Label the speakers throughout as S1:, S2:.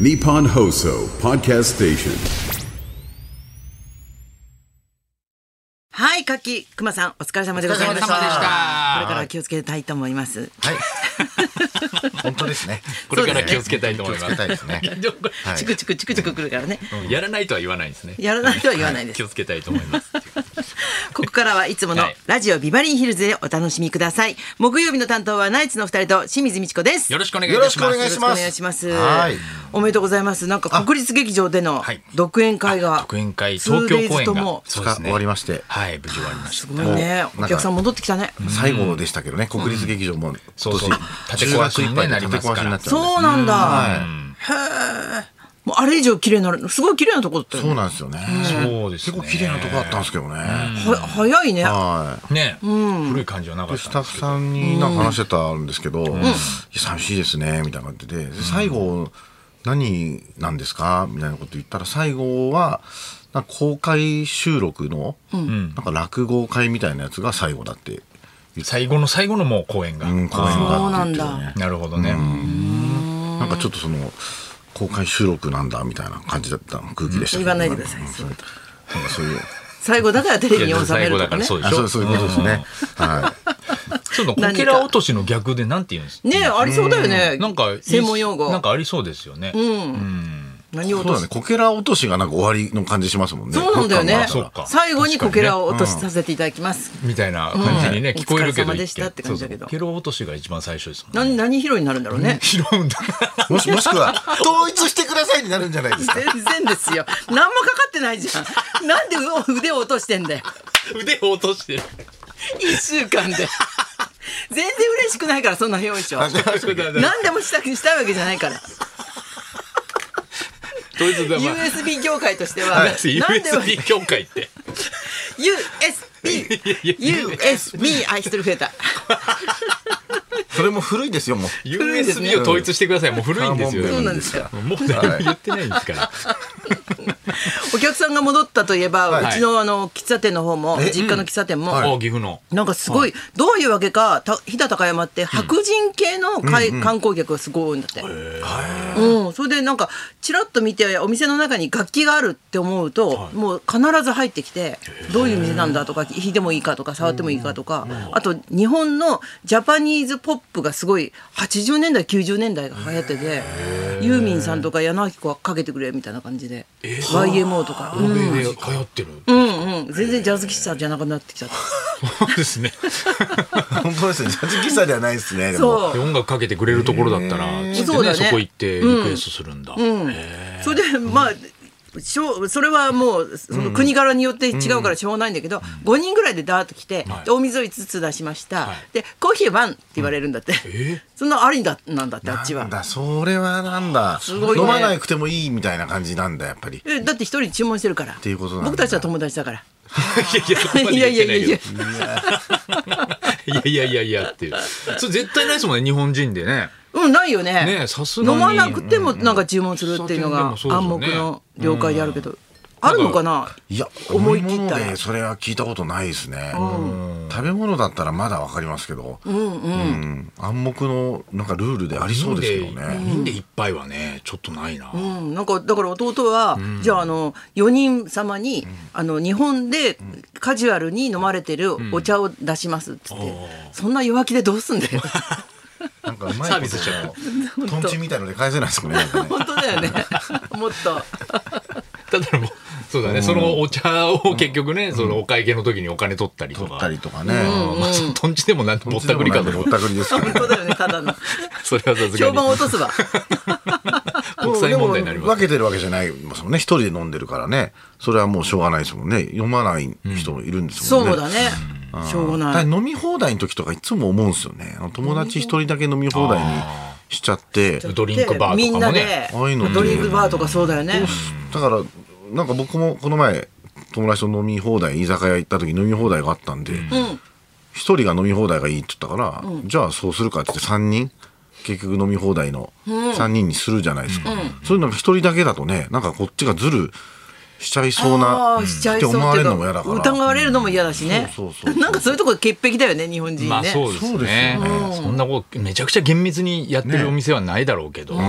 S1: Nippon Hoso Podcast Station.
S2: はい、柿熊さん、お疲れ様でございました。
S3: お疲れ様でした
S2: これからは気をつけたいと思います。
S3: はい。 本当ですね。
S4: これから気をつけたいと思いま
S3: 気
S4: す
S3: をつけたいですね。はい
S2: チクチクチクチクくるからね。
S4: やらないとは言わないんですね。
S2: やらないとは言わないです
S4: 気をつけたいと思い ます。
S2: ここからはいつもの
S4: はい
S2: ラジオビバリーヒルズでお楽しみください。木曜日の担当はナイツの二人と清水美智子です。
S4: よろしくお願いい
S3: よ
S4: た
S3: ろ
S4: し
S3: し
S4: ま
S3: く
S4: す。
S3: お願いします。
S2: お願いします
S3: はい。
S2: おめでとうございます。なんか国立劇場での
S4: はい
S2: 独演会が。
S4: 特演会東京公
S2: 2days と
S4: 演が
S2: も
S4: そう
S3: が
S4: ですね
S3: 終わりまして、
S4: はい無事終わりまし
S2: す
S4: た。
S2: ごいね。
S3: お
S2: お客さん戻ってきたね。
S3: 最後のでしたけどね、国立劇場も今年
S4: そうそう立て壊し
S3: 10月い
S4: にね
S3: っぱいで
S4: なりますか
S3: 立て壊
S4: ら
S3: しになっちゃうんで
S2: そうなんだ。
S3: は
S2: もうあれ以上綺麗になる。すごい綺麗なとこだった
S3: い。
S2: よ
S3: そう
S2: ね。
S3: なんですよね。
S4: そうです
S3: 結
S4: ね
S3: 構綺麗なとこだったんですけどね。
S2: は早いね。
S3: はい。
S4: ね、古い感じはなかっ
S3: ス
S4: た
S3: タ
S4: ん
S3: ッ
S4: です
S3: フ
S4: けど。
S3: さんになんか話してたんですけど、いや寂しいですねみたいな感じでで最後何なんですかみたいなこと言ったら最後はなんか公開収録のなんか落語会みたいなやつが最後だって
S4: 最後の最後のもう公演が。
S3: うん、公演があって言ってた
S2: そうなん
S3: ね
S4: なるほどね。
S3: なんかちょっとその公開収録なんだみたいな感じだった空気でした
S2: 言
S3: けど
S2: わないでください。そう
S3: なんかそういう
S2: 最後だからテレビに収め
S4: 最
S2: ると
S4: 後だ
S2: か
S4: から
S2: ね。
S4: そうで
S3: あ
S4: し
S3: そう
S4: ょ。
S3: そういうことですね、は
S4: ちょっとこけら落としの逆でなんて言うんです。
S2: ねえありそうだよね。
S4: なんか
S2: 専門用語。
S4: なんかありそうですよね。
S2: 何
S3: い
S2: を
S3: そう
S2: 落と
S3: だ
S2: す
S3: ねこけら落としがなんか終わりの感じしますもんね
S2: そうなんだよね
S3: どっかの
S4: そっか
S2: 最後にこけらを落としさせていただきます、
S4: みたいな感じにね、
S2: うん
S4: 聞こえるけ
S2: お疲れ様
S4: ど
S2: でしたって感じだけど
S4: そうそうこけら落としが一番最初ですもん
S2: 何
S4: ね。
S2: 何拾いになるんだろうね、
S4: 拾うんだ。
S3: もしもしくは統一してくださいになるんじゃないですか
S2: 全然ですよ何もかかってないじゃんなんでう腕を落としてんだよ
S4: 腕を落と してる。
S2: 1週間で全然嬉しくないからそんな表情何でもしたくしたいわけじゃないから
S4: とりあえずまあ
S2: USB 業界としては
S4: なんせ
S2: 何でも
S4: USB 協会って。
S2: USB USB あ一人増えた
S3: それも古いですよもう
S4: USB を統一してください。もう古いんですよ。
S3: カーボ
S2: そ
S3: ンベル
S2: うなんですか
S4: もう誰も言ってないんですから。
S2: お客さんが戻ったといえば、
S4: はいう
S2: ちのあの喫茶店の方も実家の喫茶店も、
S4: お岐阜の。
S2: なんかすごい、どういうわけかた飛騨高山って白人系のかい、観光客がすごい多いんだって、うん、それでなんかちらっと見てお店の中に楽器があるって思うと、もう必ず入ってきてどういう店なんだとか弾いてもいいかとか触ってもいいかとか、あと日本のジャパニーズポップがすごい80年代90年代が流行ってて、ユーミンさんとか柳子はかけてくれみたいな感じで、YMO とか、う
S4: 欧
S2: ん
S4: 米で流行ってる。
S2: うんうん、全然ジャズ喫茶じゃなくなってきちゃった。
S4: そうですね。
S3: 本当ですねジャズ喫茶ではないですねで
S2: そ
S3: も
S2: う
S4: で音楽かけてくれるところだったら、つって
S2: そうだね
S4: ねそこ行ってリクエストするんだ。
S2: それでまあしょうそれはもうその国柄によって違うからしょうがないんだけど、5人ぐらいでダーッと来て、
S4: はい
S2: でお水を5つ出しました、
S4: はい
S2: でコーヒーワンって言われるんだって、そんなのありだなんだってあっち
S3: な
S2: は
S3: ん。だそれはなんだ
S2: ごいね
S3: 飲まなくてもいいみたいな感じなんだやっぱり
S2: えだって一人注文してるから
S3: ていうことなんだ
S2: 僕たちは友達だから
S4: いやいや、そこまで言ってない
S2: いやいやいやいや
S4: けど。いやいやいやいやっていう。それ絶対ないですもんね、日本人でね。
S2: うんないよね
S4: ねえさすがに
S2: 飲まなくてもなんか注文するっていうのが
S4: 喫茶店で
S2: 暗
S4: もそ
S2: 黙
S4: うですよね
S2: の了解であるけど、あるのかない
S3: や
S2: 思い切ったら
S3: 飲み物でそれは聞いたことないですね、食べ物だったらまだわかりますけど、うん暗黙のなんかルールでありそうですけどね、
S4: 飲んで一杯はね、ちょっとないな。
S2: うん、なんかだから弟は、じゃああの4人様に、あの日本でカジュアルに飲まれてるお茶を出しますっつって、そんな弱気でどうすんだ よ
S3: なんかうまい
S4: サー
S3: こ
S4: ビスしちゃう
S3: ととんちみたいので返せないですもんねなんかね
S2: 本当だよね もっと
S4: ただもう、そうだね、そのお茶を結局ね、そのお会計の時にお金取ったりと
S3: 取っ
S4: か。
S3: たりとかね、
S4: まあ、そのとんちでもなんてぼったくりかと
S3: ぼったくりですけど
S2: 本当だよねただ の
S4: それはさすが
S2: 評
S4: に
S2: 判落とすわ
S4: 国際問題になります
S3: 分けてるわけじゃないですもんね一人で飲んでるからねそれはもうしょうがないですもんね読まない人もいるんですもんね、
S2: そうだねしょうがな
S3: だ
S2: い
S3: から飲み放題の時とかいつも思うんですよねあの友達一人だけ飲み放題にしちゃって
S4: けドリンクバーとかもね
S2: みんなで
S3: ああいうのって
S2: ドリンクバーとかそうだよね
S3: だからなんか僕もこの前友達と飲み放題居酒屋行った時飲み放題があったんで一、人が飲み放題がいいって言ったから、じゃあそうするかって言って3人結局飲み放題の3人にするじゃないですか、そういうのが一人だけだとねなんかこっちがズルしちゃいそうな
S2: あーしちゃい
S3: って
S2: そう
S3: 思わ
S2: ってい
S3: れる
S2: う
S3: のも嫌だ
S2: か
S3: から
S2: 疑われるのも嫌だしね
S3: そうそうそう
S2: なんかそういうとこ潔癖だよね日本人ね、
S4: まあそうです
S3: そうです
S4: ね
S3: よ
S4: そんなことめちゃくちゃ厳密にやってるお店はないだろうけど、うん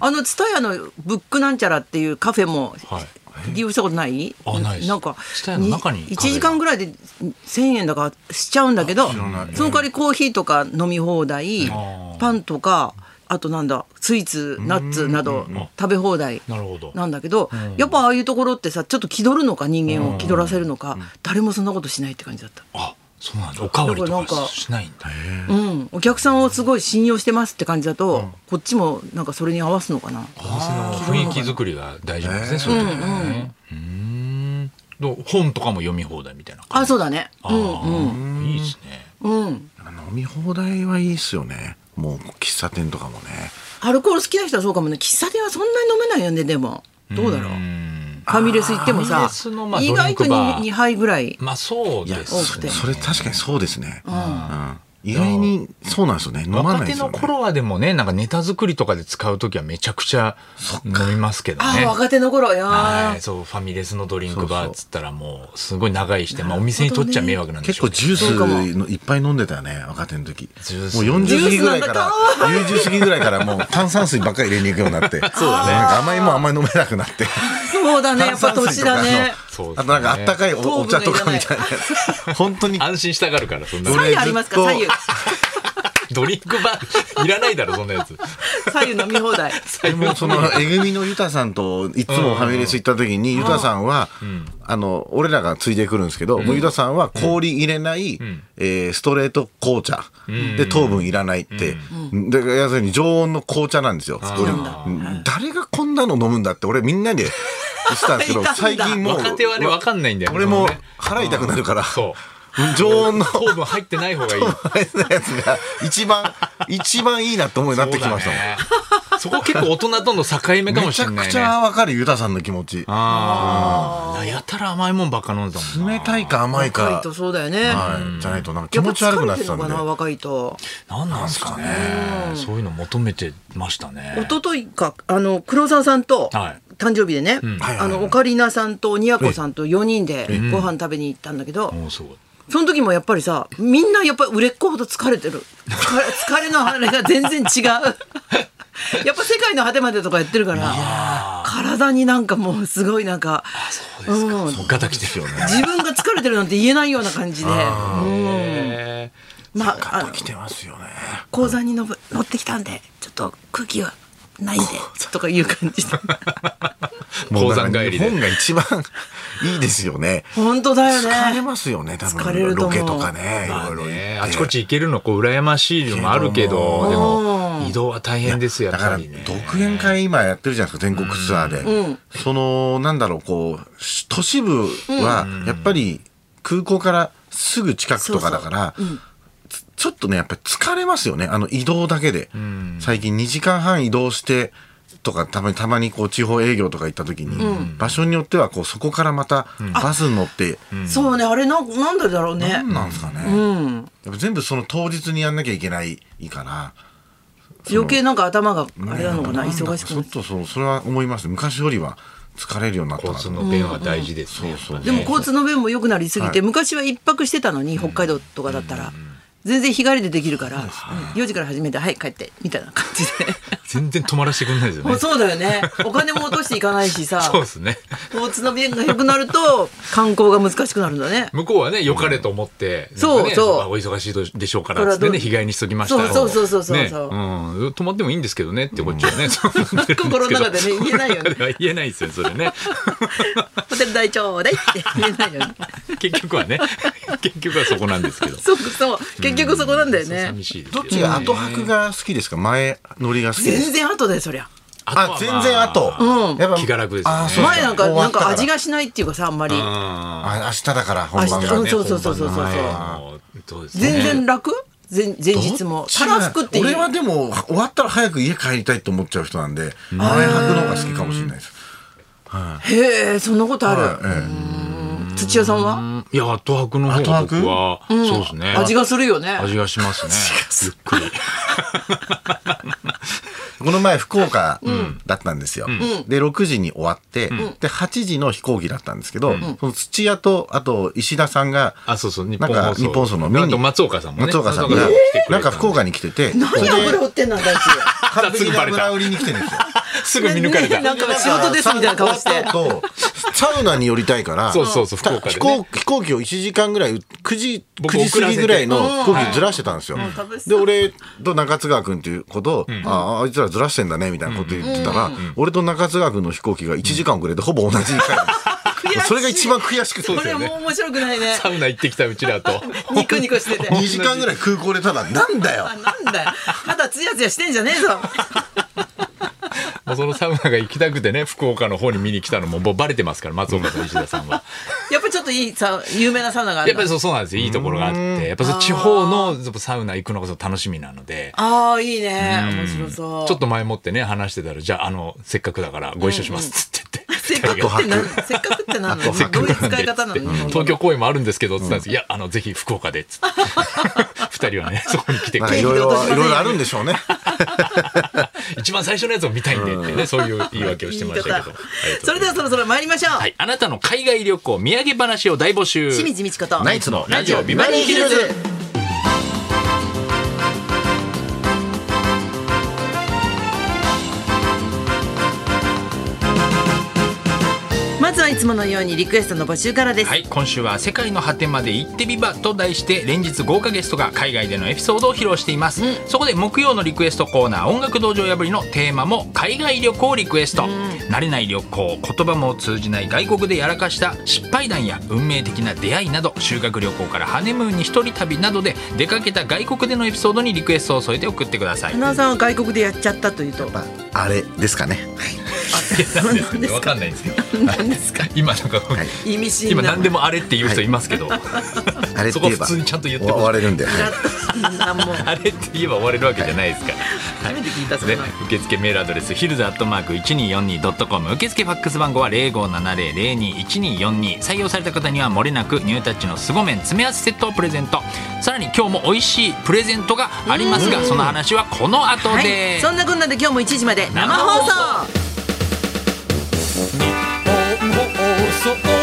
S2: あの蔦屋のブックなんちゃらっていうカフェも
S4: はい
S2: 利用したことない
S4: あないです
S2: なんか
S4: 蔦屋の中に
S2: 1時間ぐらいで1000円だからしちゃうんだけどそ
S3: ない
S2: の代わりコーヒーとか飲み放題
S4: あ
S2: パンとかあとなんだスイーツナッツなど食べ放題
S4: なるほど
S2: なんだけどやっぱああいうところってさちょっと気取るのか人間を気取らせるのか誰もそんなことしないって感じだった。
S4: あそうなんだおかわり
S2: だ
S4: と
S2: からなん
S4: か
S2: か
S4: しないんだ
S2: うん、お客さんをすごい信用してますって感じだと、こっちもなんかそれに合わすのかな。
S4: お店の雰囲気作りが大事なんですねそういうとこねうんどう本とかも読み放題みたいな
S2: あ、そうだね。う
S4: あ
S2: ん、
S4: ーいいですね
S2: うん、
S3: 飲み放題はいいっすよねもう喫茶店とかもね
S2: アルコール好きな人はそうかもね。喫茶店はそんなに飲めないよね、でも。どうだろう。
S4: うん
S2: ファミレス行っても
S4: ファミ
S2: さ
S4: レスのま、あ
S2: 意外と
S4: ドリンクバー
S2: に二杯ぐらい。
S4: まあそう
S3: いや
S4: です
S3: そ
S2: 多くて
S3: それ確かにそうですね、うん意外にそうなんですよね飲まな
S4: 若
S3: い
S4: 手
S3: ですよ
S4: の
S3: ね
S4: 頃はでもねなんかネタ作りとかで使う時はめちゃくちゃ飲みますけど
S2: あ
S4: ね
S2: あ、若手の頃や。
S4: はい、そうファミレスのドリンクバーっつったらもうすごい長いして、まあ、お店にとっちゃ迷惑なんで
S3: 結
S4: しょ
S3: 構
S4: うけど
S3: ジュース
S2: そうかも
S3: のいっぱい飲んでたよね若手の時
S4: ジュース
S3: もう40過ぎぐらいか
S2: ジュ
S3: ら40過ぎぐらいからもう炭酸水ばっかり入れに行くようになってそう
S4: だね
S3: 甘いもんあんまり飲めなくなって
S2: そうだね、やっぱ年だね。
S4: そうです
S3: あ
S4: ね
S3: となんかあったかいおお茶とかみたいなやつ本当に
S4: 安心したがるからそんな
S2: 左右ありますか、
S3: 俺
S2: 左
S3: ずっ
S2: 右
S3: と。
S4: ドリンクバーいらないだろそんなやつ
S2: 左右飲み放題。
S3: でも そのえぐみのゆたさんといつもファミレス行った時にゆたさんは、あの俺らがついてくるんですけど、もうゆたさんは氷入れない、えーストレート紅茶、で糖分いらないって、で要するに常温の紅茶なんですよ、俺うん誰がこんなの飲むんだって俺みんなで言 ってたんですけ
S2: い
S3: ど
S2: たんだ
S3: 最近もう
S4: 若手はねわかんないんだよね
S3: 俺も
S4: そのね
S3: 腹痛くなるから、
S4: そ
S3: 常温の
S4: う糖分入ってない方がいい
S3: やつが一番一番いいなと思うようになってきましたもん
S4: そうだねそこ結構大人との境目かも
S3: め
S4: し
S3: ち
S4: れ
S3: ゃ
S4: ない、ね、
S3: くちゃわかるゆたさんの気持ち
S4: ああやたら甘いもんばっか飲んでたもんな
S3: 冷たいか甘い
S2: 若
S3: か
S2: いとそうだよね。
S3: はい、じゃないとなんか気
S2: やっぱ
S3: 持ち悪
S2: 疲
S3: く
S2: れ
S3: なってて
S2: るの
S3: たん
S2: か
S3: で
S2: な、若いと。
S4: 何なんですかねそういうの求めてましたね
S2: 一昨日かあの黒沢さんと
S4: はい
S2: 誕生日でね、
S4: ん
S3: はいはい
S2: あ
S3: はい
S2: のオカリナさんとにやこさんと4人でご飯食べに行ったんだけど、
S4: もうすごい
S2: その時もやっぱりさみんなやっぱり売れっ子ほど疲れてる疲れ疲れ のあれが全然違う やっぱ世界の果てまでとかやってるから体になんかもうすごいなんか
S4: そうですか、
S2: うん
S4: そっかだきてるよね
S2: 自分が疲れてるなんて言えないような感じで、
S4: へ
S2: うん、まああの
S3: 来てますよね
S2: 鉱山にのぶ乗ってきたんでちょっと空気はないんでとかいう感じで
S4: ー鉱山帰り
S3: もうなんか日
S4: で
S3: 本が一番 いいですよね
S2: 本当だよね
S3: 疲れますよね多分
S2: 疲れると思
S3: ロ
S2: う
S3: ケとかねい
S4: まあ
S3: ろいろ行って
S4: ね、あちこち行けるのこう羨ましいのもある
S3: け
S4: けど、で
S3: ど
S4: も移動は大変ですよ、
S3: だ
S4: やっ
S3: か
S4: ぱ
S3: ら
S4: りね。
S3: 独演会今やってるじゃないですか全国ツアーで、そのなんだろうこうし都市部はやっぱり空港からすぐ近くとかだから、つちょっとねやっぱり疲れますよねあの移動だけで、最近2時間半移動してとかたまにたまにこう地方営業とか行った時に、場所によってはこうそこからまたバスに乗って、
S2: そうね、あれな、なんでだろうね。
S3: なんですかね、やっぱ全部その当日にやんなきゃいけないから。
S2: 余計なんか頭があれなのかな、忙しくな
S3: な
S2: っ
S3: ちょっとそうそれは思います昔よりは疲れるようになった
S4: 交
S3: な
S4: 通の便は大事ですね。
S3: そうそう
S2: でも交通の便も良くなりすぎて、昔は一泊してたのに、北海道とかだったら。全然日帰りでできるから、4時から始めて、はい、帰って、みたいな感じ で。
S4: 全然止まらせてくれないですよ
S2: もう
S4: ね。
S2: そうだよね。お金も落としていかないし さ、
S4: そうですね。
S2: 交通の便が良くなると、観光が難しくなるんだ ね。
S4: 向こうはね、良かれと思って、
S2: そう
S4: なんかね
S2: そう
S4: あお忙しいでしょうか
S2: そ
S4: ら、
S2: れ
S4: つ
S2: は
S4: っ
S2: ど
S4: てね、被害にしときましたよ。
S2: そうそうそうそうそうそう
S4: ねうん。止まってもいいんですけどねってこっちはね。そう思ってるんです
S2: 心
S4: け
S2: の
S4: ど
S2: 中でね言えないよね。
S4: 言えない ですよ、それね。
S2: ホテル代ちょうだいって言えない よね。
S4: 結局はね、結局はそこなんですけど。
S2: そうそう、結局そこなんだよね。
S4: 寂しいです
S3: ど
S4: よ
S3: っ
S4: ね
S3: ちが後泊が好きですか前乗りが好きです
S2: 全
S3: か
S2: 然後だよ、そりゃ。
S3: あ全然後、
S2: うん
S3: やっぱ
S4: 気が楽ですよね
S3: あそう
S2: 前なんか、
S3: 終わ
S2: な
S3: っ
S2: ん
S3: たら
S2: か味がしないっていうかさ、あんまり。
S3: あ明日だから
S2: 明
S3: 本
S2: 日
S3: 番
S2: う
S3: が
S2: ん
S3: ね
S2: そうそうそうそうそう。
S4: あーどうですかね
S2: 全然楽前前日もたらふくっていう
S3: 俺はでも終わったら早く家帰りたいと思っちゃう人なんで前泊の方が好きかもしれないです
S2: へえそんなことある、
S3: はいえ
S2: 土屋さんは、
S4: いや、後泊の方が僕は、そうですね。
S2: 味がするよね
S4: 味がしますね。ゆっく り。
S3: えこの前福岡だったんですよ、で6時に終わって、で8時の飛行機だったんですけど、その土屋とあと石田さんが
S4: あ、そうそう、日
S3: な
S4: 本
S3: んか
S4: 放送。
S3: 日本放送の見
S4: あ
S3: に
S4: と松岡さんもね。
S3: 松岡さんが、
S4: 松来てくれた
S3: なんか福岡に来てて
S2: 何やこれ売ってんの私
S3: 完璧
S4: すぐ
S3: な
S4: バレた
S3: 裏売りに来てるんですよ
S4: すぐ見抜かれた
S2: ねなんか仕事ですみたいな顔して
S3: サウナとサウナに寄りたいから
S4: そうそうそう福岡でね
S3: 飛行飛行機を1時間ぐらい9時
S4: 僕
S3: 9時過ぎぐらいの
S4: 遅ら
S3: 飛
S4: せて
S3: 行機ずらしてたんですよ、
S2: 楽しそ
S3: で
S2: う
S3: 俺と中津川君っていう子と、あああいつらずらしてんだねみたいなこと言ってたら、俺と中津川君の飛行機が1時間遅れてほぼ同じに帰るんですそれが一番悔しくて
S2: これもう面白くないね
S4: サウナ行ってきたうちらと
S2: ニコニコしてて
S3: 2時間ぐらい空港でただなんだよ
S2: あなんだよ肌ツヤツヤしてんじゃねえぞ
S4: もうそのサウナが行きたくてね福岡の方に見に来たのももうバレてますから松岡さん石田さんは
S2: やっぱちょっといいさ有名なサウナがあ
S4: や
S2: る
S4: っ
S2: の
S4: ぱりそうそうなんですよいいところがあってやっぱそう地方のやっぱサウナ行くのがそう楽しみなので
S2: ああいいね面白そう
S4: ちょっと前もってね話してたらじゃああのせっかくだからご一緒しますっつって言って。
S2: せっかくってなんせっかくってなんの
S4: せっか
S2: どう
S4: く
S2: いう
S4: なんで
S2: 使い方なの
S4: つって東京公演もあるんですけどっつったんですけど、いやあのぜひ福岡でっつって 二人は ねそこに来て
S3: なんかいろい
S2: 景気が落
S3: ろ
S2: ちませんよ
S3: い
S2: ね
S3: ろいろあるんでしょうね
S4: 一番最初のやつを見たいんでってねそういう言い訳をしてましたけどありがとうございます
S2: それではそろそろ参りましょう、
S4: はい、あなたの海外旅行土産話を大募集
S2: 清水美智子と
S3: ナイツのラジオビ
S4: バリーヒルズ
S2: まずはいつものようにリクエストの募集からです、
S4: はい今週は「世界の果てまで行ってビバ」と題して連日豪華ゲストが海外でのエピソードを披露しています、そこで木曜のリクエストコーナー「音楽道場破り」のテーマも海外旅行リクエスト、慣れない旅行言葉も通じない外国でやらかした失敗談や運命的な出会いなど修学旅行からハネムーンに一人旅などで出かけた外国でのエピソードにリクエストを添えて送ってください
S2: 花輪さんは外国でやっちゃったというと
S3: あれですかね
S4: なんですか
S2: 何で
S4: ね
S2: すか
S4: わかんないんですよ何ですか今なんか、
S2: 意味深
S4: 今
S2: な
S4: 何でもあれって言う人いますけど、
S3: あれって
S4: そこ
S3: 言え
S4: 普
S3: ば
S4: 通にちゃんと言って
S3: 終
S4: ほしい
S3: われるんで、はい
S2: なん も
S4: あれって言えば終われるわけじゃないですから。
S2: 初めて聞いたそん
S4: ね
S2: なの、
S4: 受付メールアドレスヒルズアットマーク一二四二ドットコム。受付ファックス番号は零五七零零二一二四二。採用された方にはもれなくニュータッチの凄麺詰め合わせセットをプレゼント。さらに今日も美味しいプレゼントがありますが、その話はこの後
S2: はい、
S4: で。
S2: そんなこんなで今日も1時まで生
S4: 生
S2: 放
S4: 放
S2: 送
S4: 送